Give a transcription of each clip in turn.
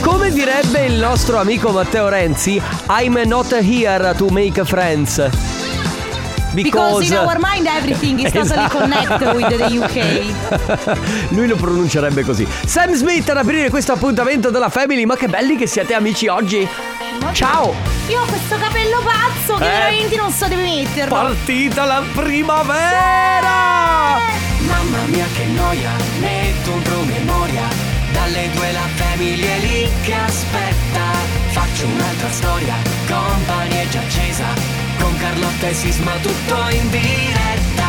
Come direbbe il nostro amico Matteo Renzi, I'm not here to make friends. Because Because Esatto. in Esatto. our mind everything is totally connected with the UK. lui lo pronuncierebbe così. Sam Smith ad aprire questo appuntamento della Family, ma che belli che siete amici oggi. Ciao! Io ho questo capello pazzo che Eh. veramente non so dove metterlo. Partita la primavera! Mamma mia che noia, metto un promemoria Dalle due la famiglia è lì che aspetta Faccio un'altra storia, company è già accesa Con Carlotta e Sisma tutto in diretta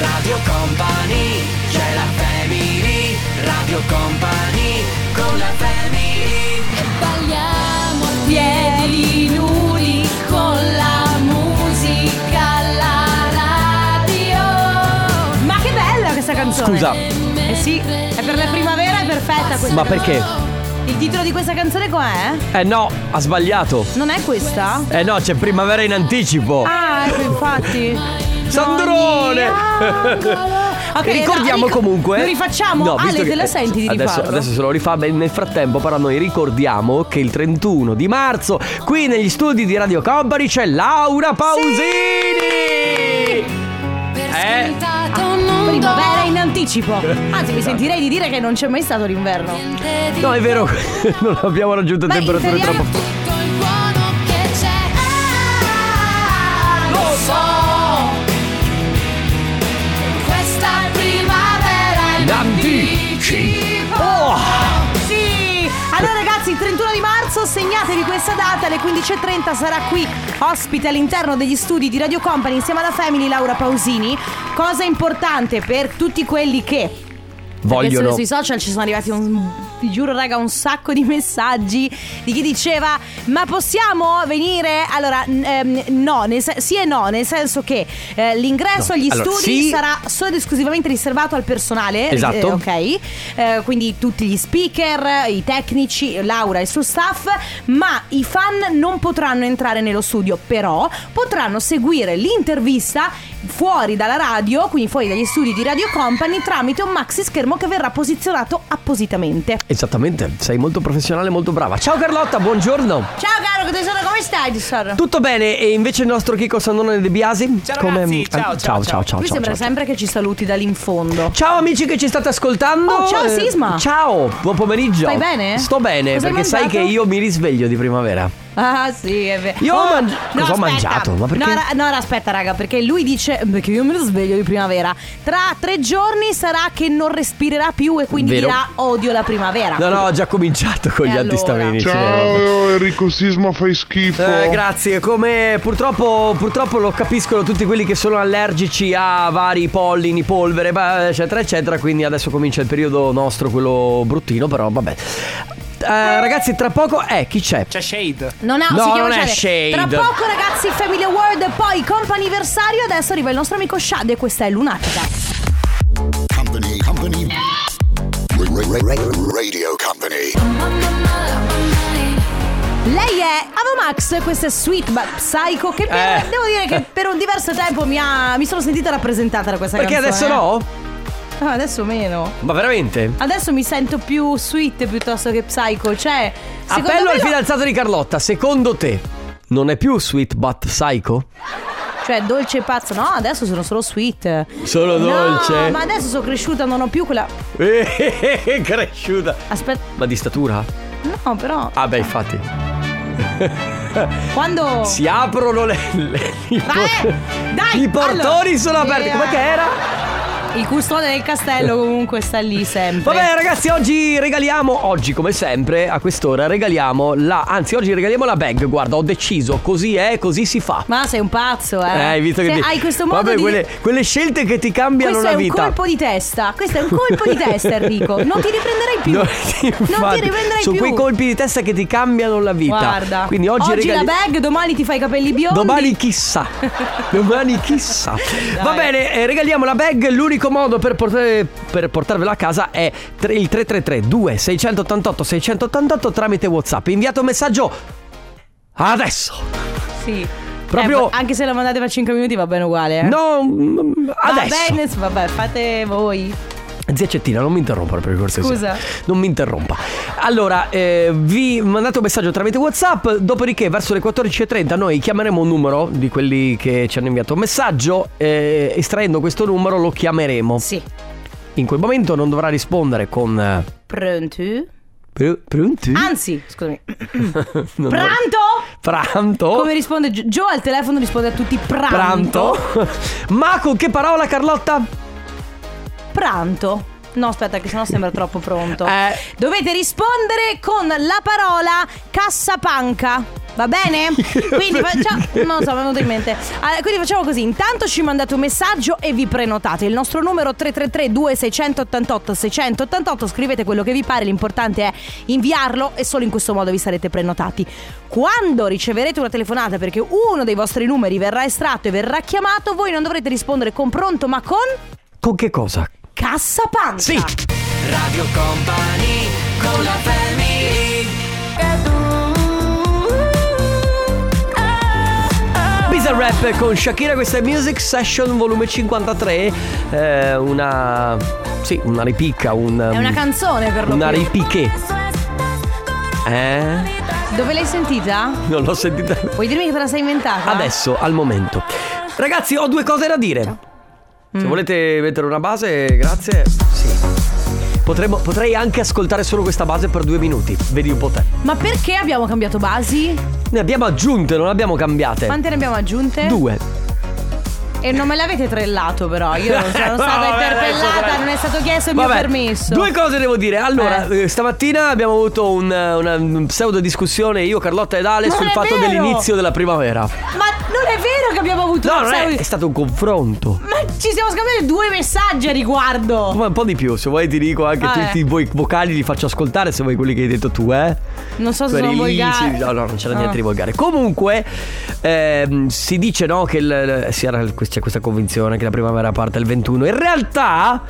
Radio Company, c'è la family Radio Company, con la family Balliamo a piedi nudi con la musica alla radio. Ma che bella questa canzone! Scusa. Eh sì, è per la primavera, è perfetta questa. Ma canzone. perché? Il titolo di questa canzone com'è? Eh no, ha sbagliato. Non è questa? Eh no, c'è primavera in anticipo. Ah, ecco, infatti. Sandrone! Ok, E ricordiamo no, ric- comunque. eh. Lo rifacciamo? No, visto Ale, che- te la senti di adesso, rifarlo? adesso se lo rifà, beh, nel frattempo, però, noi ricordiamo che il 31 di marzo, qui negli studi di Radio Company, c'è Laura Pausini! Eh, Primavera in anticipo. Anzi, Esatto. mi sentirei di dire che non c'è mai stato l'inverno. no, è vero, non abbiamo raggiunto Beh, temperature inferiore- troppo. Ah, Lo so. Questa primavera in anticipo. Oh! Sì! Allora ragazzi, il 31 di marzo segnatevi questa data, alle 15.30 sarà qui ospite all'interno degli studi di Radio Company insieme alla Family Laura Pausini. Cosa importante per tutti quelli che perché Vogliono. solo sui social ci sono arrivati un vi giuro raga un sacco di messaggi di chi diceva ma possiamo venire allora n- ehm, no nel sen- sì e no nel senso che eh, No, l'ingresso agli allora, studi sì. sarà solo ed esclusivamente riservato al personale Esatto. eh, ok Eh, quindi tutti gli speaker i tecnici Laura e il suo staff ma i fan non potranno entrare nello studio però potranno seguire l'intervista fuori dalla radio quindi fuori dagli studi di Radio Company tramite un maxi schermo che verrà posizionato appositamente Esattamente, sei molto professionale, molto brava. Ciao Carlotta, buongiorno. ciao caro tesoro come stai tesoro Tutto bene e invece il nostro Chico Sandone De Biasi? Eh, Ciao ragazzi, ciao, ciao, ciao, ciao, ciao, ciao. ciao, mi sembra ciao. sempre che ci saluti dall'infondo Ciao amici che ci state ascoltando. Oh, ciao, Eh, Sisma. ciao, buon pomeriggio. Stai bene? Sto bene, Cosa hai perché sai che mangiato? io mi risveglio di primavera. Ah sì, è vero. Io ho mangi- no, cosa ho aspetta. mangiato? Ma perché- No, ra- no, ra- aspetta raga, perché lui dice mm, perché io me lo sveglio di primavera. Tra tre giorni sarà che non respirerà più e quindi Vero. dirà odio la primavera. No, no, ho già cominciato con E gli allora? antistaminici. eh, Ciao Enrico Sisma fai schifo vabbè. Eh, grazie, come purtroppo, purtroppo lo capiscono tutti quelli che sono allergici a vari pollini, polvere, beh, eccetera, eccetera. Quindi adesso comincia il periodo nostro, quello bruttino, però vabbè. Eh, ragazzi, tra poco, eh, chi c'è? C'è Shade Non, ha, No, si chiama non è Shade. Shade. Tra poco ragazzi Family Award, poi comp'anniversario, adesso arriva il nostro amico Shade e questa è Lunatica. Company, company. Ra- ra- ra- Radio company. Lei è Avomax, questa è Sweet but Psycho che per- Eh. devo dire che per un diverso tempo mi, ha- mi sono sentita rappresentata da questa Perché adesso canzone. no? no? Adesso meno. Ma veramente? Adesso mi sento più sweet piuttosto che psycho, cioè secondo Appello me al lo- fidanzato di Carlotta, secondo te non è più sweet but psycho? Cioè dolce e pazzo, no adesso sono solo sweet Solo No, dolce? ma adesso sono cresciuta, non ho più quella... Eh, cresciuta. Aspetta, Ma di statura? no però, Ah beh, infatti. quando... Si aprono le... le- i, por- eh, dai, i portoni allora. sono aperti. Eh, Com'è che era? Il custode del castello comunque sta lì sempre Vabbè ragazzi, oggi regaliamo, oggi come sempre, a quest'ora regaliamo la... Anzi, oggi regaliamo la bag. Guarda, ho deciso, così è, così si fa. Ma sei un pazzo eh Eh, hai visto che Se ti- hai questo modo Vabbè, di... quelle, quelle scelte che ti cambiano Questo la è un vita. colpo di testa, questo è un colpo di testa Enrico, non ti riprenderai più No, Non infatti, ti riprenderai Sono più quei colpi di testa che ti cambiano la vita. Guarda Quindi oggi, regali- la bag, domani ti fai i capelli biondi Domani chissà, domani chissà. Va bene, eh, regaliamo la bag. L'unico modo per, portare- per portarvela a casa è tre- il 333-2688-688 tramite WhatsApp. Inviate un messaggio adesso. Sì. Proprio- Eh, anche se la mandate per 5 minuti va bene uguale. eh. No, mm, Va adesso. Oh. bene, s- vabbè, fate voi. Zia Cettina, non mi interrompa per cortesia. Scusa. Non mi interrompa. Allora, eh, vi mandate un messaggio tramite WhatsApp, dopodiché verso le 14.30 noi chiameremo un numero di quelli che ci hanno inviato un messaggio, eh, estraendo questo numero lo chiameremo. Sì. In quel momento non dovrà rispondere con... eh, Pronto? Mm? pr- pronti? Anzi, scusami. Non dovrà- Ah, Pranto? Pranto? Come risponde Gio? Gio al telefono risponde a tutti Oh. pranto. Pranto? Ma con che parola Carlotta? Pranto. No, aspetta, che sennò sembra troppo pronto. Eh. Dovete rispondere con la parola cassapanca. Va bene? Quindi facciamo. Non so, mi è venuto in mente. Allora, quindi facciamo così: intanto ci mandate un messaggio e vi prenotate. Il nostro numero 333-2688-688. Scrivete quello che vi pare, l'importante è inviarlo e solo in questo modo vi sarete prenotati. Quando riceverete una telefonata perché uno dei vostri numeri verrà estratto e verrà chiamato, voi non dovrete rispondere con pronto, ma con. Con che cosa? Cassapanca Sì. Radio Company con la family Bizarre Rap con Shakira, questa è Music Session volume 53, eh, una... sì, una ripicca, un... um, È una canzone per lo Una più. ripiché. Eh? Dove l'hai sentita? Non l'ho sentita Vuoi dirmi che te la sei inventata? adesso, al momento. Ragazzi, ho due cose da dire. Se volete mettere una base, grazie. Sì. Potremmo- potrei anche ascoltare solo questa base per due minuti. Vedi un po' te. Ma perché abbiamo cambiato basi? Ne abbiamo aggiunte, non le abbiamo cambiate. Quante ne abbiamo aggiunte? Due. E non me l'avete trellato però Io non sono No, stata vabbè, adesso interpellata però- Non è stato chiesto il mio Vabbè, permesso Due cose devo dire. Allora, Eh. eh, stamattina abbiamo avuto un- eh, una, pseudo discussione io, Carlotta ed Ale Ma sul non è fatto vero! dell'inizio della primavera. Ma non è vero che abbiamo avuto No, un non è, è pseudo- stato un confronto. Ma ci siamo scambiati due messaggi a riguardo Ma un po' di più, se vuoi ti dico anche Ah, tutti eh. i voi vocali li faccio ascoltare se vuoi quelli che hai detto tu, eh. Non so se Quelli sono lì, volgari. sì, No, no, non c'era Ah. niente di volgare. Comunque, ehm, si dice no che il- si era- c'è questa convinzione che la primavera parte il 21. In realtà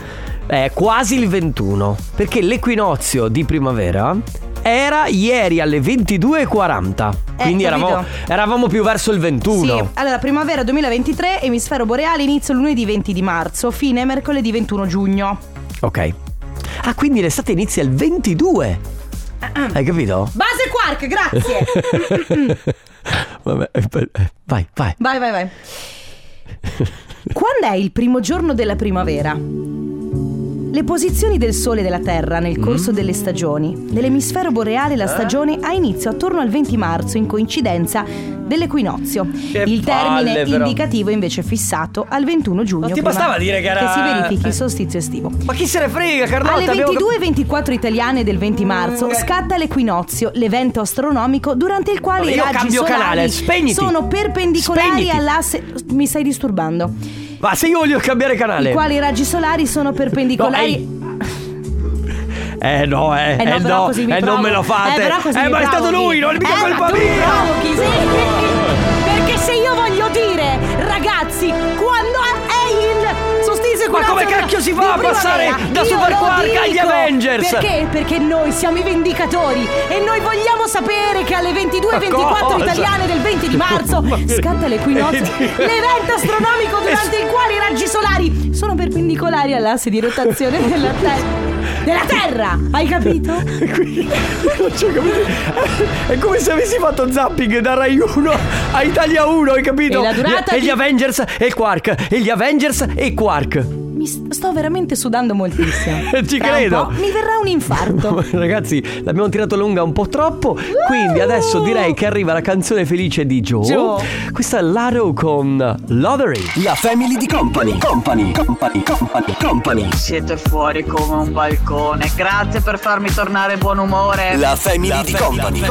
è quasi il 21, perché l'equinozio di primavera era ieri alle 22.40. Eh, Quindi capito. eravamo, eravamo più verso il 21. Sì, allora primavera 2023, emisfero boreale, inizio lunedì 20 di marzo, fine mercoledì 21 giugno. Ok. Ah, quindi l'estate inizia il 22. Hai capito? Base quark, grazie! Vabbè, eh, per- eh, vai, vai. Vai, vai, vai. Quando è il primo giorno della primavera? Le posizioni del Sole e della Terra nel Mm. corso delle stagioni. Nell'emisfero boreale Eh? la stagione ha inizio attorno al 20 marzo in coincidenza dell'equinozio. il termine palle, però. indicativo invece è fissato al 21 giugno. Ma ti prima bastava dire che era- si verifichi eh. il solstizio estivo. Ma chi se ne frega, Carlotta? Alle abbiamo cap- Mm. 22.24 italiane del 20 marzo scatta l'equinozio, l'evento astronomico durante il quale Vabbè, i io raggi cambio solari canale, spegniti. sono perpendicolari Spegniti. all'asse mi stai disturbando. Ma se io voglio cambiare canale. I quali i raggi solari sono perpendicolari Eh no, eh. Eh no, però così mi eh, non provochi. me lo fate. Eh, però così mi ma è stato provochi. lui, non è mica Eh, ma colpa tu mi mia. provochi, sì. Perché se io voglio dire, ragazzi, quando è il solstizio Ma come equinozio della- cacchio si fa di a passare primavera, da io Super lo Quark agli dico. Avengers? Perché? Perché noi siamo i vendicatori e noi vogliamo sapere che alle 22-24 cosa? italiane del 20 di marzo Ma che- scatta l'equinozio, l'evento astronomico durante il quale i raggi solari sono perpendicolari all'asse di rotazione della Terra. Della Terra, hai capito? Non c'ho capito. È come se avessi fatto zapping da Rai 1 a Italia 1, hai capito? E la durata e gli di- Avengers e Quark. E gli Avengers e Quark. Mi s- sto veramente sudando moltissimo. Ci Tra un credo. po' mi verrà un infarto. Ragazzi, l'abbiamo tirato lunga un po' troppo. Quindi adesso direi che arriva la canzone felice di Joe. Joe. Questa è Laro con Lottery. La family di company, company, company, company, company. Siete fuori come un balcone. Grazie per farmi tornare buon umore. La family di company.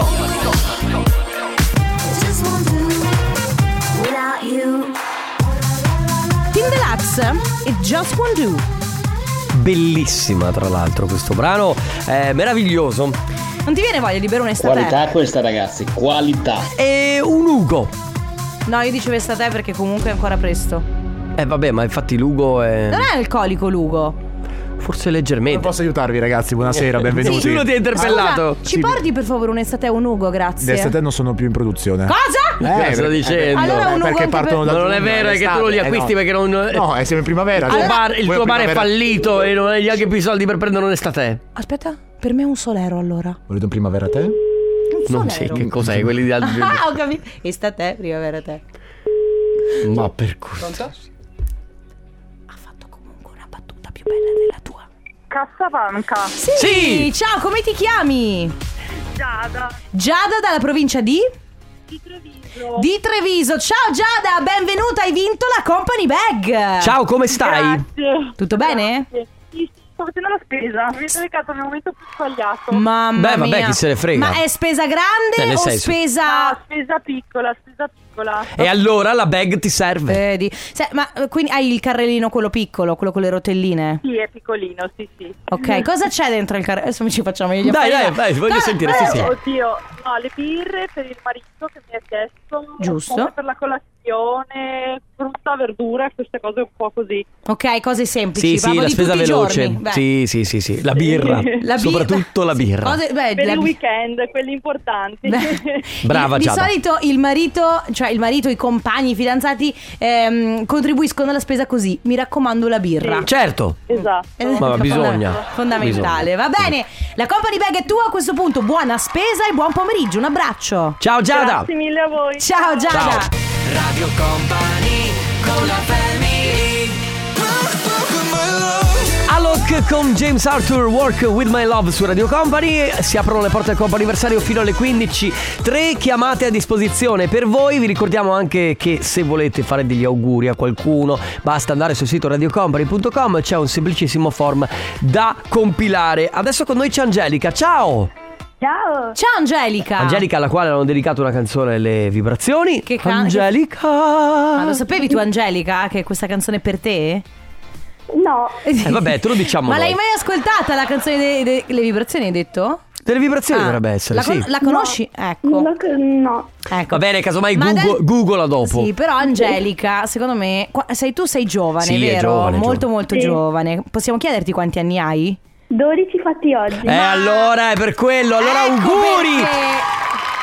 Team Deluxe e Just One Do. Bellissima, tra l'altro, questo brano. È meraviglioso. Non ti viene voglia di bere un'estate? Qualità questa ragazzi, qualità. E un Ugo. No, io dicevo estate perché comunque è ancora presto. Eh vabbè, ma infatti Lugo è. Non è alcolico Lugo. Forse leggermente. Posso aiutarvi ragazzi? Buonasera, benvenuti. eh, Nessuno ti ha interpellato. Scusa, ci porti per favore un estate un Ugo, grazie. Adesso te non sono più in produzione. Eh, Cosa? Cosa sta perché- dicendo? Allora uno perché anche partono per- da Ma non è giugno, vero, è che tu non li l'estate, eh, acquisti no. perché non- No, è sempre primavera. Il tuo Allora- bar, il Voi tuo bar è primavera- fallito e non hai neanche più soldi per prendere un'estate. Aspetta, per me è un solero allora. Volete un primavera te? Un Non solero. sai che cos'è quelli di altri. Ah, ho capito. Estate, primavera te. Ma per cui. Ha fatto comunque una battuta più bella della tua. Cassapanca. Sì. Sì. Ciao, come ti chiami? Giada. Giada dalla provincia di? Di Treviso. Di Treviso. Ciao Giada, benvenuta, hai vinto la company bag. Ciao, come stai? Grazie. Tutto bene? Grazie. Sì, Sto facendo la spesa. Mi sono recato nel momento più sbagliato. Mamma Beh, vabbè, mia. chi se ne frega. Ma è spesa Eh, grande nel o senso. spesa Ah, spesa piccola, spesa piccola. E allora la bag ti serve. Vedi. Se- ma eh, quindi hai il carrellino quello piccolo, quello con le rotelline. Sì, è piccolino, sì, sì. Ok, cosa c'è dentro il carrello? Adesso ci facciamo gli Mm. Dai, affari. dai, dai, voglio Cosa- Eh, sentire, cosa sì, sì. c'è? Oddio, no, le birre per il marito che mi ha chiesto. Giusto. cose Per la colazione, frutta, verdura, queste cose un po' così. Ok, cose Sì, semplici. sì, proprio la di spesa tutti i veloce. giorni. Beh, Sì, sì, sì, sì. La birra. la birra- Soprattutto la birra. Cose- beh, Per la il bi- weekend, quelli importanti. Beh. Brava di, Giada. Di solito il marito, cioè il marito, i compagni, i fidanzati ehm, contribuiscono alla spesa così. Mi raccomando la birra. Certo. esatto. Eh, Ma fonda- bisogna. Fondamentale. Va bene. La company bag è tua a questo punto. Buona spesa e buon pomeriggio. Un abbraccio. Ciao Giada. Grazie mille a voi. Ciao Giada. Ciao. Radio Company con la family Alok con James Arthur Work with My Love su Radio Company. Si aprono le porte del compo anniversario fino alle 15. Tre chiamate a disposizione per voi. Vi ricordiamo anche che se volete fare degli auguri a qualcuno, basta andare sul sito radiocompany.com. C'è un semplicissimo form da compilare. Adesso con noi c'è Angelica. Ciao! Ciao. Ciao Angelica. Angelica, alla quale hanno dedicato una canzone Le vibrazioni. Ah. Che can- Angelica! Ma lo sapevi tu Angelica che questa canzone è per te? No. Eh, vabbè, te lo diciamo Ma noi. l'hai mai ascoltata la canzone de- de- Le vibrazioni hai detto? Delle vibrazioni Ah, dovrebbe essere, la, sì. con- la conosci? Ecco. No. ecco. Va bene, casomai Ma Google, dai- Googla dopo. Sì, però Angelica, secondo me, qua- sei tu sei giovane, Sì, è vero? giovane, molto giovane. molto Sì. giovane. Possiamo chiederti quanti anni hai? 12 fatti oggi. Eh allora è per quello, allora Ecco auguri! perché-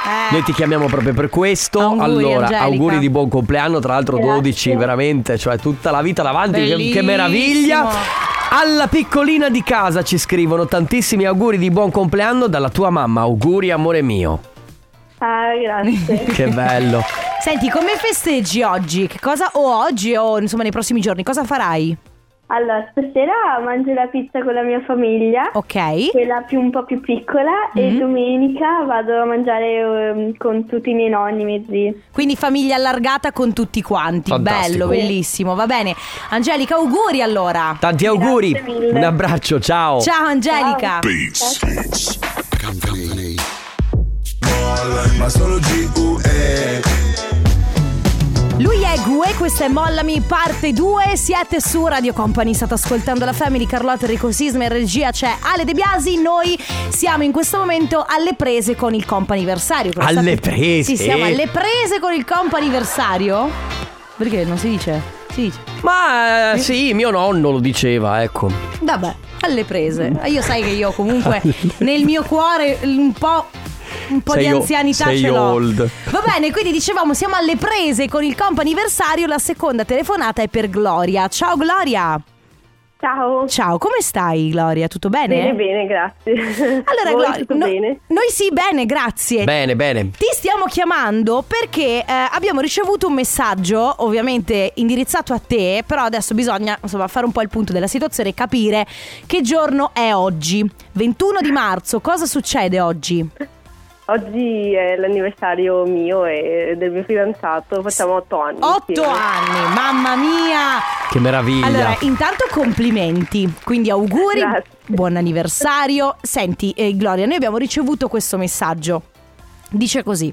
eh. Noi ti chiamiamo proprio per questo. Auguri, allora, Angelica. auguri di buon compleanno, tra l'altro 12 veramente, cioè tutta la vita davanti, che- che Bellissimo. meraviglia! Alla piccolina di casa ci scrivono tantissimi auguri di buon compleanno dalla tua mamma, auguri amore mio. Ah, grazie. Che bello. Eh, Senti, come festeggi oggi? Che cosa o oggi o insomma nei prossimi giorni cosa farai? allora, stasera mangio la pizza con la mia famiglia. Ok? Quella più, un po' più piccola e Mhm. domenica vado a mangiare ehm, con tutti i miei nonni, i miei zii. Quindi famiglia allargata con tutti quanti. Fantastico. Bello, bellissimo. Va bene. Angelica, auguri allora. Tanti auguri. Grazie mille. Un abbraccio, ciao. Ciao Angelica. Beats. Beats. Company. Ma solo G.U.E. Lui è Gue, questa è Mollami parte 2, siete su Radio Company, state ascoltando la Family, Carlotta Enrico Sisma in regia c'è Ale De Biasi, noi siamo in questo momento alle prese con il companiversario. Con la Alle stat- prese? Sì, siamo alle prese con il companiversario. Perché non si dice? Si dice. Ma eh, sì, mio nonno lo diceva, ecco. Vabbè, alle prese. Io sai che io comunque nel mio cuore un po'... Un po' Sei di o- anzianità sei ce l'ho. old. Va bene, quindi dicevamo siamo alle prese con il comp anniversario. La seconda telefonata è per Gloria. Ciao Gloria. Ciao. Ciao, come stai Gloria? Tutto bene? Bene, bene, grazie. Allora Voi Gloria, tutto no- bene? noi sì, bene, grazie. Bene, bene. Ti stiamo chiamando perché eh, abbiamo ricevuto un messaggio, ovviamente indirizzato a te, però adesso bisogna insomma, fare un po' il punto della situazione e capire che giorno è oggi. 21 di marzo, cosa succede oggi? Oggi è l'anniversario mio e del mio fidanzato, facciamo 8 anni. 8 insieme. anni, mamma mia! Che meraviglia. Allora, intanto complimenti, quindi auguri, Grazie. buon anniversario. Senti, eh, Gloria, noi abbiamo ricevuto questo messaggio. Dice così,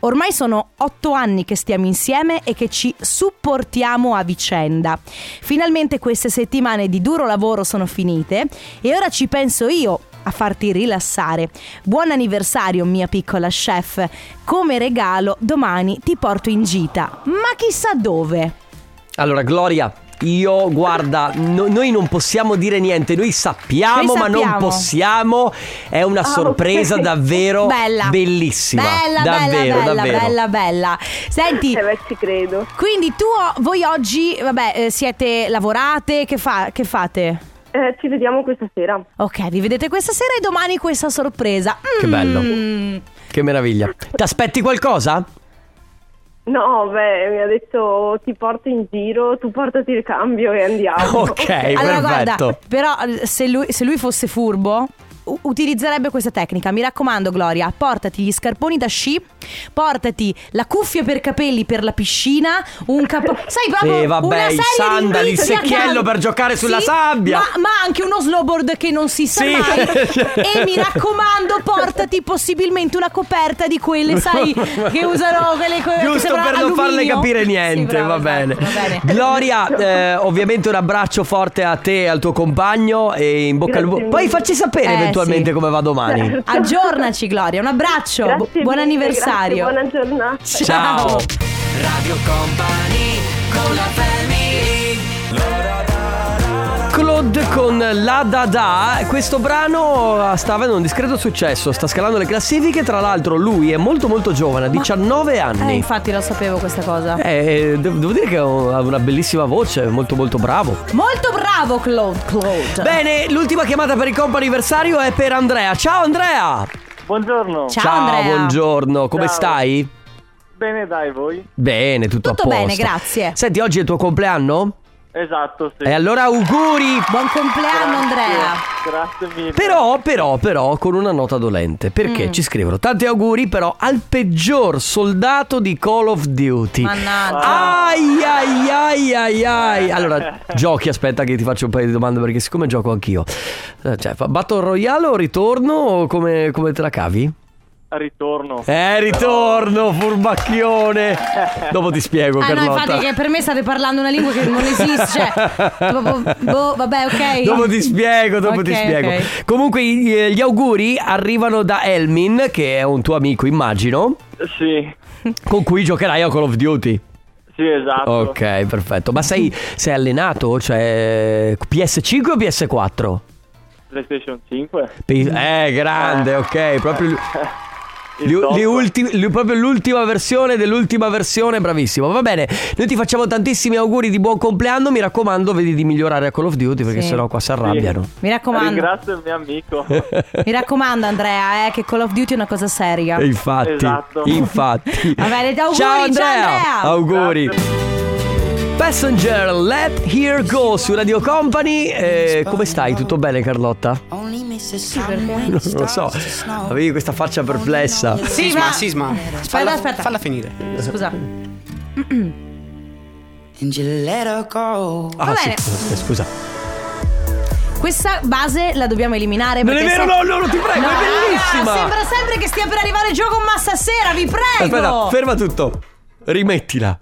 ormai sono otto anni che stiamo insieme e che ci supportiamo a vicenda. Finalmente queste settimane di duro lavoro sono finite e ora ci penso io a farti rilassare. Buon anniversario mia piccola chef, come regalo domani ti porto in gita, ma chissà dove. Allora, Gloria, Io, guarda, no- noi non possiamo dire niente, noi sappiamo, Noi ma non sappiamo. Ah, possiamo. È una sorpresa ok. davvero Bella. bellissima. Bella, davvero, bella, davvero. bella, bella, bella. Senti, Eh beh, ci credo. quindi tu, o- voi oggi, vabbè, eh, siete lavorate, che, fa- che fate? Eh, ci vediamo questa sera. Ok, vi vedete questa sera e domani questa sorpresa. Che Mm. bello. Che meraviglia. Ti aspetti qualcosa? No, beh, mi ha detto ti porto in giro, tu portati il cambio e andiamo. Ok, Ah, Allora, perfetto. guarda, però eh, se lui, se lui fosse furbo. u- Utilizzerebbe questa tecnica, mi raccomando Gloria, portati gli scarponi da sci, portati la cuffia per capelli per la piscina, un capo... Sai proprio... Sì, vabbè, una i serie di sandali, il indizi a secchiello caso. per giocare sulla Sì, sabbia. Ma, ma anche uno snowboard che non si sa Sì. mai. e mi raccomando, portati possibilmente una coperta di quelle, sai, che usano quelle... co- che Giusto sembrano per non farle alluminio. capire Sì, niente, bravo, va, bene. esatto, va bene. Gloria, eh, ovviamente un abbraccio forte a te e al tuo compagno e in bocca al Grazie lupo. Poi mille. Certo. facci sapere Eh, eventualmente sì. come va domani. Aggiornaci Gloria, un abbraccio, Grazie bu- buon mille, anniversario. grazie, buona giornata. Ciao. Radio Company con la family Claude con La Da Da, questo brano ah, sta avendo un discreto successo, sta scalando le classifiche, tra l'altro lui è molto molto giovane, ha 19 Eh, anni. infatti lo sapevo questa cosa. Eh, de- devo dire che ha un- ha una bellissima voce, è molto molto bravo. Molto bravo Claude, Claude. Bene, l'ultima chiamata per il compo anniversario è per Andrea. Ciao Andrea! Buongiorno. Ciao, Andrea. buongiorno, come Ciao. stai? Bene, dai voi. Bene, tutto, Tutto a posto. bene, grazie. Senti, oggi è il tuo compleanno? Esatto, sì. E allora auguri! Buon compleanno Andrea. Grazie mille. Però, però, però, con una nota dolente. Perché Mm. ci scrivono tanti auguri, però, al peggior soldato di Call of Duty. Mannaggia. Ai ai ai ai ai Allora giochi aspetta che ti faccio un paio di domande Perché siccome gioco anch'io Eh, Cioè fa- Battle Royale o ritorno o come, come te la cavi? Ritorno. Eh ritorno furbacchione Dopo ti spiego Ah no, Carlotta infatti che per me state parlando una lingua che non esiste, cioè proprio- boh, vabbè, ok. Dopo ti spiego, dopo Ok, ti spiego. ok. Comunque i- eh, gli auguri arrivano da Elmin, che è un tuo amico, immagino, Sì. con cui giocherai a Call of Duty. Sì, esatto. Ok, perfetto. Ma sei, sei allenato? Cioè, PS5 o PS4? PlayStation 5. Pe- Eh, grande, ok. Proprio, l- Mm. Il le- top. le ulti- le- proprio l'ultima versione dell'ultima versione, bravissimo. Va bene, noi ti facciamo tantissimi auguri di buon compleanno. Mi raccomando, vedi di migliorare a Call of Duty perché Sì. sennò qua si arrabbiano. Mi raccomando, Ringrazio il mio amico. mi raccomando Andrea, eh, che Call of Duty è una cosa seria. E infatti, Esatto. infatti. Va bene, auguri, ciao ciao, Andrea. Andrea. Auguri. Passenger, let here go su Radio Company. Eh, come stai? Tutto bene, Carlotta? Non lo so. Avevi questa faccia perplessa. Sì, ma Sisma, Aspetta, aspetta. Falla finire. Scusa. And you let her go. Ah, Va sì, bene. scusa, scusa. Questa base la dobbiamo eliminare Non è perché vero, se- no, no, no, ti prego, è raga, bellissima. Sembra sempre che stia per arrivare il gioco ma stasera, vi prego. Aspetta, ferma tutto. Rimettila.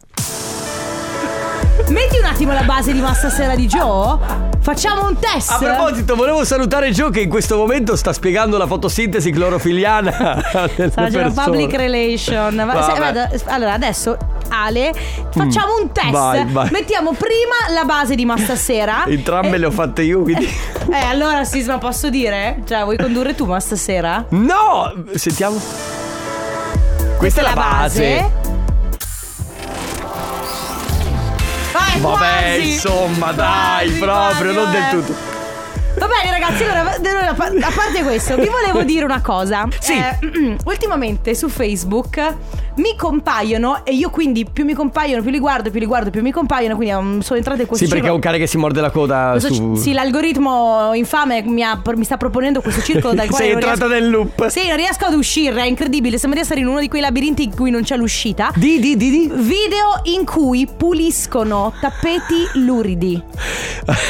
Metti un attimo la base di Massa Sera di Joe. Facciamo un test. A proposito, volevo salutare Gio che in questo momento sta spiegando la fotosintesi clorofiliana. delle Sta facendo persone. public relation. Va- Vabbè. Mm. se- guarda, allora, adesso, Ale, facciamo un test. vai, vai. Mettiamo prima la base di Massa Sera. Entrambe Eh, le ho fatte io, quindi. Eh, allora, Sisma, posso dire? Cioè, vuoi condurre tu Massa Sera? No! Sentiamo. Questa, è la base. Vai, Vabbè, Ah, quasi. insomma, dai, Quasi, proprio, quasi, non del vabbè. tutto. Va bene ragazzi, allora, allora, a par- a parte questo, vi volevo dire una cosa. Sì. Eh, ultimamente su Facebook mi compaiono e io quindi più mi compaiono, più li guardo, più li guardo, più mi compaiono, quindi um, sono entrate in questo Sì, perché è circolo- un cane che si morde la coda questo su. ci- Sì, l'algoritmo infame mi, ha- mi sta proponendo questo circolo dal quale Sei non entrata riesco... nel loop. Sì, non riesco ad uscire, è incredibile, sembra di essere in uno di quei labirinti in cui non c'è l'uscita. Di, di, di, di. Video in cui puliscono tappeti luridi.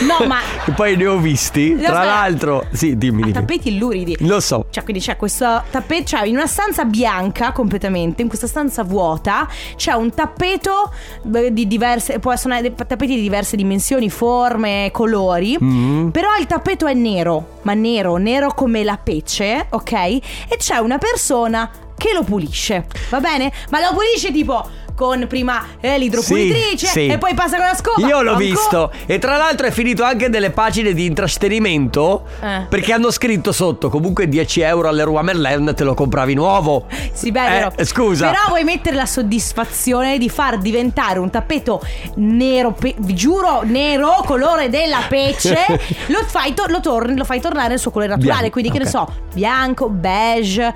No, ma Che poi ne ho visti. No, Tra aspetta. l'altro. Sì, dimmi. a dimmi. tappeti luridi. Lo so. Cioè, quindi c'è questo tappeto, cioè in una stanza bianca completamente, in questa stanza vuota, c'è un tappeto eh, di diverse, possono essere dei tappeti di diverse dimensioni, forme, colori, Mm-hmm. però il tappeto è nero, ma nero, nero come la pece, ok? E c'è una persona che lo pulisce, va bene? Ma lo pulisce tipo... con prima eh, l'idropunitrice Sì, sì. e poi passa con la scopa. Io l'ho Ancora- visto. E tra l'altro è finito anche delle pagine di intrattenimento. Eh. Perché hanno scritto sotto comunque 10 euro all'Eroa Merlin te lo compravi nuovo. Sì, beh, è Eh, vero. scusa. Però vuoi mettere la soddisfazione di far diventare un tappeto nero, pe- vi giuro, nero, colore della pece. lo, fai to- lo torni- lo fai tornare al suo colore naturale. Bianco, Quindi, che ne ok. so, bianco, beige,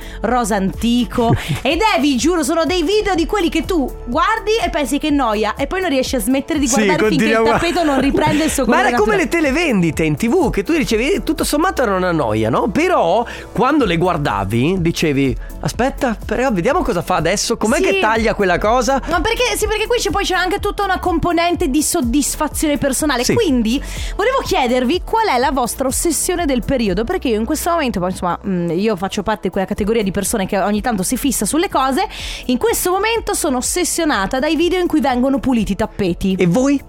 rosa antico. Ed è, vi giuro, sono dei video di quelli che tu guardi e pensi che noia. E poi non riesci a smettere di guardare finché il continuiamo a- tappeto non riprende il suo Ma colore. era come le naturale. televendite in tv che tu dicevi tutto sommato era una noia, no? Però quando le guardavi dicevi aspetta, però vediamo cosa fa adesso, com'è Sì. che taglia quella cosa? Ma perché? Sì, perché qui c'è, poi c'è anche tutta una componente di soddisfazione personale. Sì. Quindi volevo chiedervi qual è la vostra ossessione del periodo. Perché io in questo momento, poi, insomma, mh, io faccio parte di quella categoria di persone che ogni tanto si fissa sulle cose. In questo momento sono ossessionata dai video in cui vengono puliti i tappeti. E voi?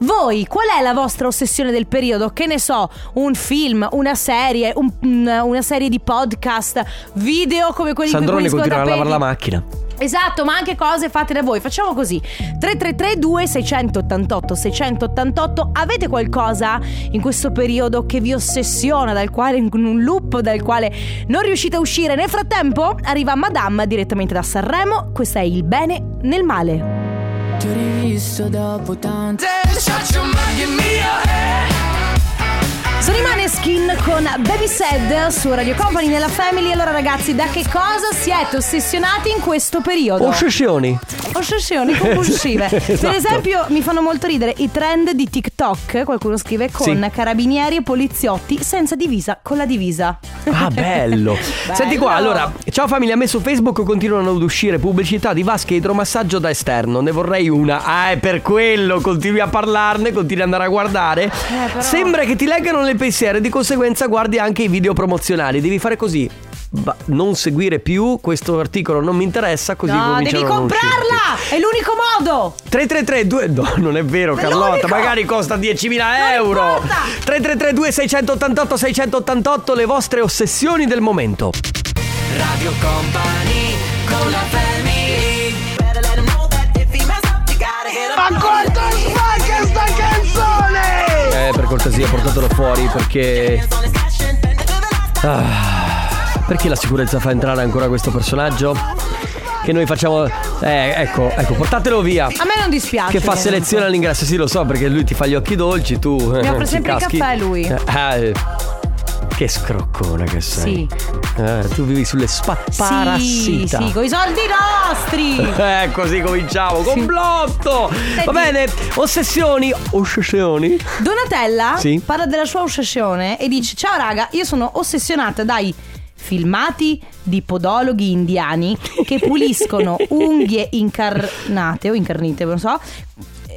Voi qual è la vostra ossessione del periodo? Che ne so, un film, una serie, un- un- una serie di podcast, video come quelli Sandrone di cui puliscono i continua a lavare tappeti? la macchina. Esatto, ma anche cose fatte da voi. Facciamo così: 3332 688 688. Avete qualcosa in questo periodo che vi ossessiona, dal quale in un loop dal quale non riuscite a uscire? Nel frattempo arriva Madame direttamente da Sanremo. Questo è il bene nel male. Sono rimane skin con Baby Sad su Radio Company nella Family. Allora, ragazzi, da che cosa siete ossessionati in questo periodo? Ossessioni. Ossessioni compulsive. Per Esatto. esempio, mi fanno molto ridere i trend di TikTok. Qualcuno scrive con Sì. carabinieri e poliziotti senza divisa, con la divisa. Ah, bello. Senti qua, Bello. allora, ciao famiglia, a me su Facebook continuano ad uscire pubblicità di vasche idromassaggio da esterno, ne vorrei una. Ah, è per quello, continui a parlarne, continui ad andare a guardare. Eh, Sembra che ti leggano nel pensiero e di conseguenza guardi anche i video promozionali, devi fare così. Ba- non seguire più questo articolo non mi interessa così No, cominciano devi a non uscirti. comprarla! È l'unico modo! 3332 No, non è vero È Carlotta, l'unico. magari costa 10.000 Non euro. importa. 3332 688 688 le vostre ossessioni del momento. Radio Company con la family Ma quanto spacca sta canzone Eh, per cortesia, portatelo fuori perché Ah, Perché la sicurezza fa entrare ancora questo personaggio? Che noi facciamo Eh, ecco, ecco, portatelo via. A me non dispiace. Che fa selezione all'ingresso, sì lo so perché lui ti fa gli occhi dolci, tu eh, Mi offre sempre il caffè, lui. Eh, che scroccone che sei. Sì. Eh, tu vivi sulle spapparassita. Sì, sì, con i soldi nostri! Eh, così cominciamo. Complotto! Va bene, ossessioni. Ossessioni? Donatella Sì. parla della sua ossessione e dice: Ciao raga, io sono ossessionata dai filmati di podologhi indiani che puliscono unghie incarnate o incarnite, non so.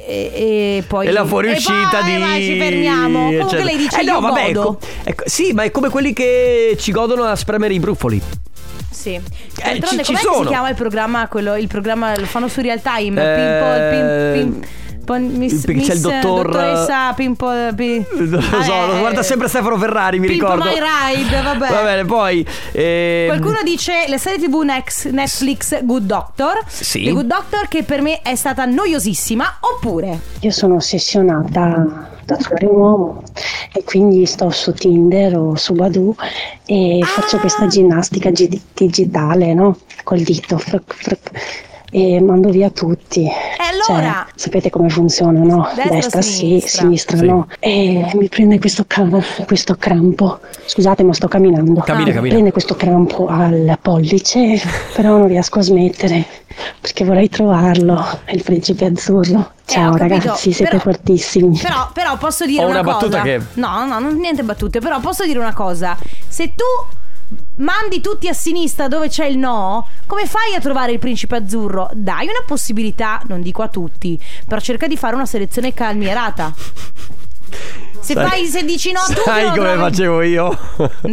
E, e poi E la fuoriuscita e poi, di. vai, ci fermiamo. Comunque eccetera. lei dice: Eh no, Io vabbè. godo. ecco- ecco, sì, ma è come quelli che ci godono a spremere i brufoli. Sì. D'altronde, Eh, ci- ci com'è che si sono. chiama il programma? Quello, il programma lo fanno su real time. Eh, Pimple, pim, pim, pon- miss, perché c'è Eh, il miss, dottor- Dottoressa, pimple, pi- Eh, Non lo so, lo Vabbè. guarda sempre Stefano Ferrari, mi Pimp ricordo. My Ride, vabbè. Va bene, poi. ehm, Qualcuno dice le serie tv nex- Netflix Good Doctor. Sì. The Good Doctor che per me è stata noiosissima. Oppure Io sono ossessionata da trovare un uomo e quindi sto su Tinder o su Badoo e Ah! faccio questa ginnastica gi- digitale, no? Col dito. fruc, fruc, E mando via tutti. allora? Cioè, sapete come funziona, no? Destra, sì, sinistra. sinistra, no? E mi prende questo, ca- questo crampo. Scusate, ma sto camminando. Cammina, Ah, Mi cammina. Prende questo crampo al pollice, però non riesco a smettere perché vorrei trovarlo. È il principe azzurro. Eh, Ciao ho capito, ragazzi, siete però- fortissimi. Però, però posso dire Ho una cosa. battuta che- No, no, non niente battute. Però posso dire una cosa. Se tu mandi tutti a sinistra dove c'è il no, come fai a trovare il principe azzurro? Dai una possibilità, non dico a tutti, però cerca di fare una selezione calmierata. Se, Sai- fai, se dici no, tu Sai te lo come trovi- facevo io?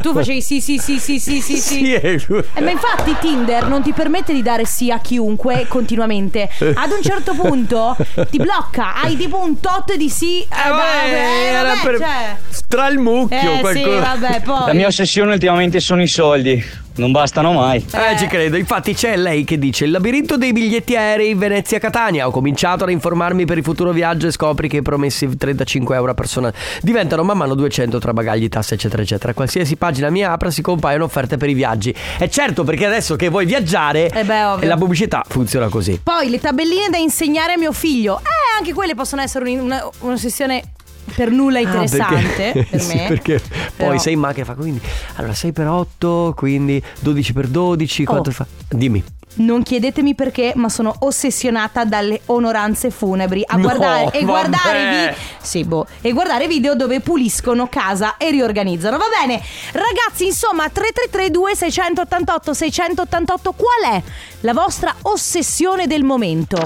Tu facevi sì, sì, sì, sì, sì, sì. sì. Sì, e lui- Eh, ma infatti Tinder non ti permette di dare sì a chiunque continuamente. Ad un certo punto ti blocca, hai tipo un tot di sì. Eh, eh, vabbè, vabbè, era vabbè, per- cioè. Tra il mucchio, Eh, sì, qualcuno. vabbè, poi. La mia ossessione ultimamente sono i soldi. Non bastano mai. Eh, ci credo. Infatti c'è lei che dice il labirinto dei biglietti aerei Venezia-Catania. Ho cominciato a informarmi per il futuro viaggio e scopri che i promessi 35 euro a persona diventano man mano 200 tra bagagli, tasse, eccetera, eccetera. Qualsiasi pagina mi apra si compaiono offerte per i viaggi. E certo, perché adesso che vuoi viaggiare, Eh beh, ovvio. la pubblicità funziona così. Poi le tabelline da insegnare a mio figlio. Eh, anche quelle possono essere un- una, una sessione per nulla interessante Ah, perché- per sì, me. perché Però- poi sei in macchina fa quindi allora 6 per 8, quindi 12 per 12, quanto Oh. fa? Dimmi. Non chiedetemi perché, ma sono ossessionata dalle onoranze funebri. A No, guardare e vabbè. guardare vi- sì, boh. e guardare video dove puliscono casa e riorganizzano. Va bene, ragazzi, insomma, 3332 688 688 qual è la vostra ossessione del momento?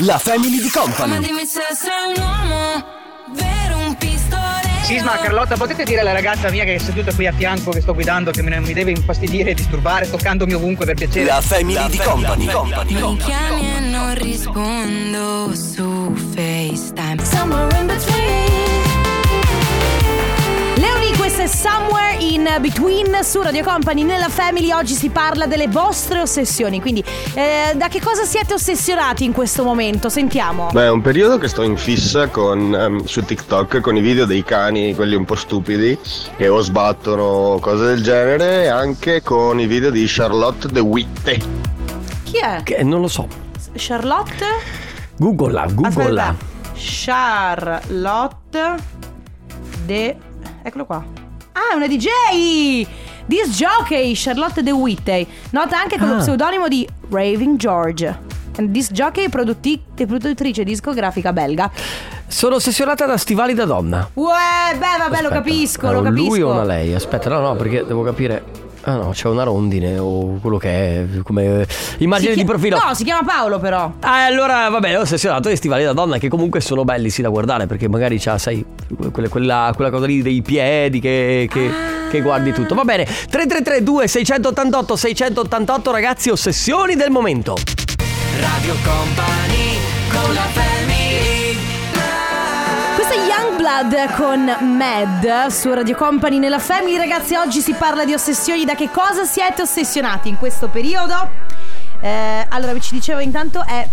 La family di company. dimmi se sei un uomo, vero un pistolero. Sisma, Carlotta, potete dire alla ragazza mia che è seduta qui a fianco, che sto guidando, che me- mi deve infastidire e disturbare, toccandomi ovunque per piacere? La family di company. Mi chiami e non rispondo su FaceTime. Somewhere in Leonie, questo è Somewhere in Between su Radio Company. Nella Family oggi si parla delle vostre ossessioni. Quindi, eh, da che cosa siete ossessionati in questo momento? Sentiamo. Beh, è un periodo che sto in fissa con, ehm, su TikTok con i video dei cani, quelli un po' stupidi, che o sbattono o cose del genere, e anche con i video di Charlotte De Witte. Chi è? Che non lo so. Charlotte? Google la, Google la. Charlotte De. Eccolo qua. Ah, è una DJ! Disc jockey Charlotte De Witte. Nota anche con lo Ah. pseudonimo di Raving George. Disc jockey e produtti- e produttrice discografica belga. Sono ossessionata da stivali da donna. Uè, beh, vabbè, lo Aspetta, capisco, è lo un capisco. Lui o una lei? Aspetta, no, no, perché devo capire. Ah no, c'è una rondine o quello che è. Come. Immagine Si di chi- profilo. No, si chiama Paolo però. Ah, allora, vabbè, ho ossessionato gli stivali da donna che comunque sono belli sì da guardare perché magari c'ha, sai, quelle- quella, quella cosa lì dei piedi che, che- Ah. che guardi tutto. Va bene, 3332 688 688 ragazzi, ossessioni del momento. Radio Company con la family Questo è Youngblood con Mad su Radio Company nella Family. Ragazzi, oggi si parla di ossessioni. Da che cosa siete ossessionati in questo periodo? Eh, allora, vi ci dicevo intanto è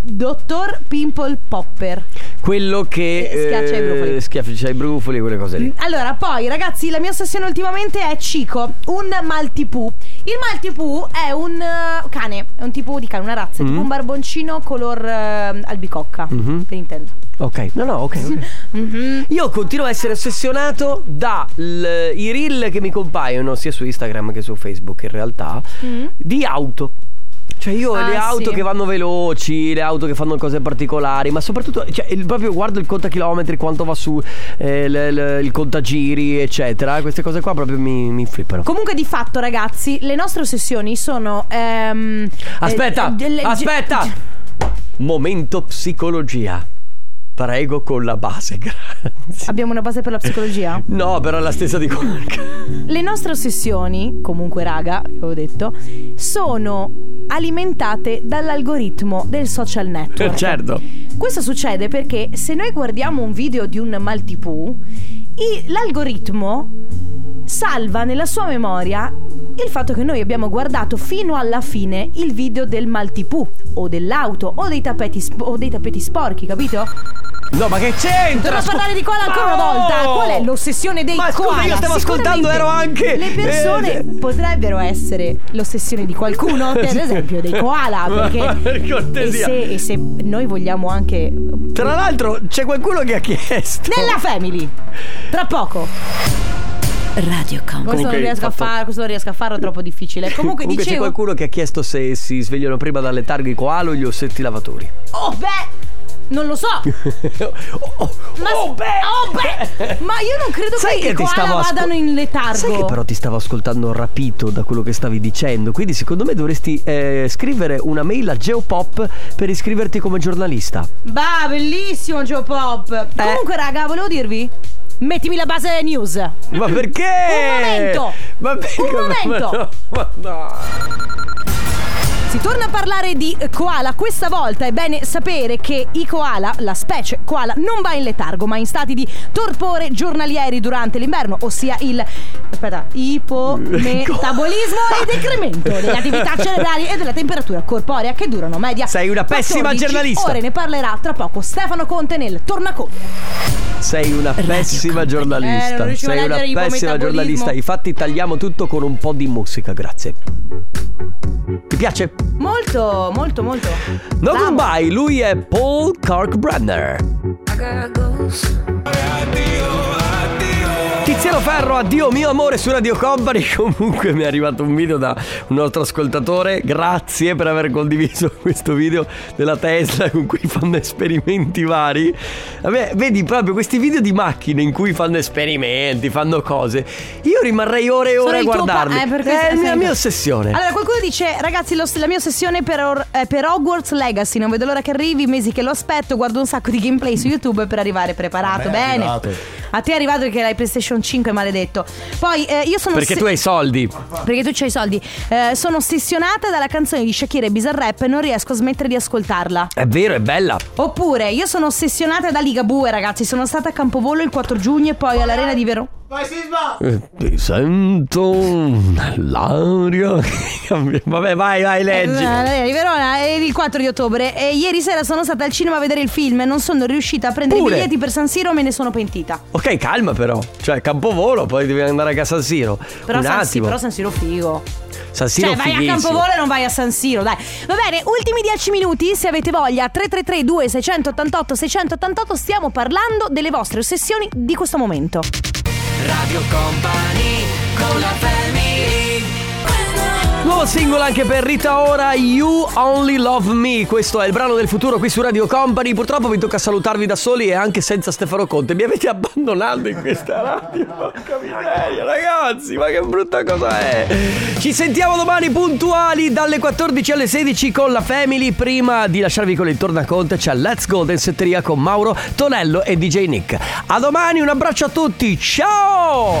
Dottor Pimple Popper. Quello che. Eh, schiaccia i brufoli. Schiaccia i brufoli, quelle cose lì. Allora, poi ragazzi, la mia ossessione ultimamente è Cico, un Maltipoo. Il Maltipoo è un eh, cane, è un tipo di cane, una razza, è tipo Mhm. un barboncino color eh, albicocca, Mhm. per intendo. Ok, no, no, ok. ok. Mm-hmm. Io continuo a essere ossessionato dai reel che mi compaiono sia su Instagram che su Facebook in realtà Mm. di auto. Cioè io le Ah, auto sì. che vanno veloci, le auto che fanno cose particolari, ma soprattutto cioè, il- proprio guardo il contachilometri, quanto va su, eh, l- l- il contagiri, eccetera. Queste cose qua proprio mi, mi flippano. Comunque di fatto ragazzi, le nostre ossessioni sono... ehm, Aspetta, eh, delle- aspetta. Momento psicologia. Prego con la base, grazie. Abbiamo una base per la psicologia? No, però è la stessa di Quark. Le nostre ossessioni, comunque raga, avevo detto, sono alimentate dall'algoritmo del social network. certo. Questo succede perché se noi guardiamo un video di un Maltipoo, i- l'algoritmo salva nella sua memoria il fatto che noi abbiamo guardato fino alla fine il video del Maltipoo o dell'auto o dei tappeti, sp- o dei tappeti sporchi, capito? No, ma che c'entra? Dovrò Scu- parlare di koala ancora una Oh! volta. Qual è l'ossessione dei Ma scusa, koala? io stavo Sicuramente ascoltando, ero anche- Le persone eh, potrebbero essere l'ossessione di qualcuno, per esempio dei koala. Ma Perché per cortesia. E se, e se noi vogliamo anche. Tra l'altro, c'è qualcuno che ha chiesto. Nella family! Tra poco. Radio Company. Questo non Comunque, riesco a fatto- fare, questo non riesco a farlo, è troppo difficile. Comunque, c'è dicevo. qualcuno che ha chiesto se si svegliano prima dalle targhe i koala o gli ossetti lavatori. Oh beh! Non lo so! Ma, oh beh! Ma io non credo Sai che che, ti i koala stavo ascol- vadano in letargo. Sai che però ti stavo ascoltando rapito da quello che stavi dicendo, quindi secondo me dovresti eh, scrivere una mail a Geopop per iscriverti come giornalista. Bah, bellissimo Joe Eh. Pop. Comunque, raga, volevo dirvi. Mettimi la base news. Ma perché? Un momento. Ma perché? Un momento. Ma no, ma no. Si torna a parlare di eh, koala, questa volta è bene sapere che i koala, la specie koala, non va in letargo ma in stati di torpore giornalieri durante l'inverno, ossia il aspetta, ipometabolismo e decremento delle attività cerebrali e della temperatura corporea che durano media. Sei una pessima giornalista. Ora ne parlerà tra poco Stefano Conte nel Tornaconte. Sei una pessima Eh, non giornalista. riuscivo a Sei una leggere pessima ipometabolismo. giornalista. Infatti tagliamo tutto con un po' di musica, grazie. Ti piace? Molto, molto, molto. No goodbye, lui è Paul Kalkbrenner. Tiziano Ferro, addio mio amore su Radio Company. Comunque mi è arrivato un video da un nostro ascoltatore. Grazie per aver condiviso questo video della Tesla con cui fanno esperimenti vari. Vabbè, vedi proprio questi video di macchine in cui fanno esperimenti, fanno cose. Io rimarrei ore e Sono ore a il tuo pa- guardarli. eh, perché- è la sento. mia ossessione. Allora, qualcuno dice: Ragazzi, lo- la mia ossessione per, Or- eh, per Hogwarts Legacy. Non vedo l'ora che arrivi. Mesi che lo aspetto. Guardo un sacco di gameplay su YouTube per arrivare preparato. Vabbè, è Bene. arrivato. A te è arrivato perché hai PlayStation 5, maledetto. Poi eh, io sono. Perché ossi- tu hai soldi. Perché tu c'hai i soldi. Eh, sono ossessionata dalla canzone di Shakira e Bizarrap e non riesco a smettere di ascoltarla. È vero, è bella. Oppure io sono ossessionata da Ligabue, ragazzi. Sono stata a Campovolo il 4 giugno e Oh, poi all'Arena di Verona. Eh, Ti sento nell'aria. Vabbè, vai, vai, leggi. Eh, di Verona è il 4 di ottobre e ieri sera sono stata al cinema a vedere il film e non sono riuscita a prendere Pure. i biglietti per San Siro me ne sono pentita. Ok, calma però. Cioè, campovolo, poi devi andare a casa San Siro. Però, Un San, sì, attimo. però San Siro figo. San Siro cioè, vai fighissimo. a Campovolo e non vai a San Siro, dai. Va bene, ultimi 10 minuti, se avete voglia, 333 2688 688 stiamo parlando delle vostre ossessioni di questo momento. Radio Company con la family Nuovo singolo anche per Rita Ora, You Only Love Me. Questo è il brano del futuro qui su Radio Company. Purtroppo vi tocca salutarvi da soli e anche senza Stefano Conte. Mi avete abbandonato in questa radio. Porca miseria, ragazzi, ma che brutta cosa è. Ci sentiamo domani puntuali dalle 14 alle 16 con la Family. Prima di lasciarvi con il tornaconte c'è Let's Go Densetteria con Mauro, Tonello e DJ Nick. A domani, un abbraccio a tutti. Ciao!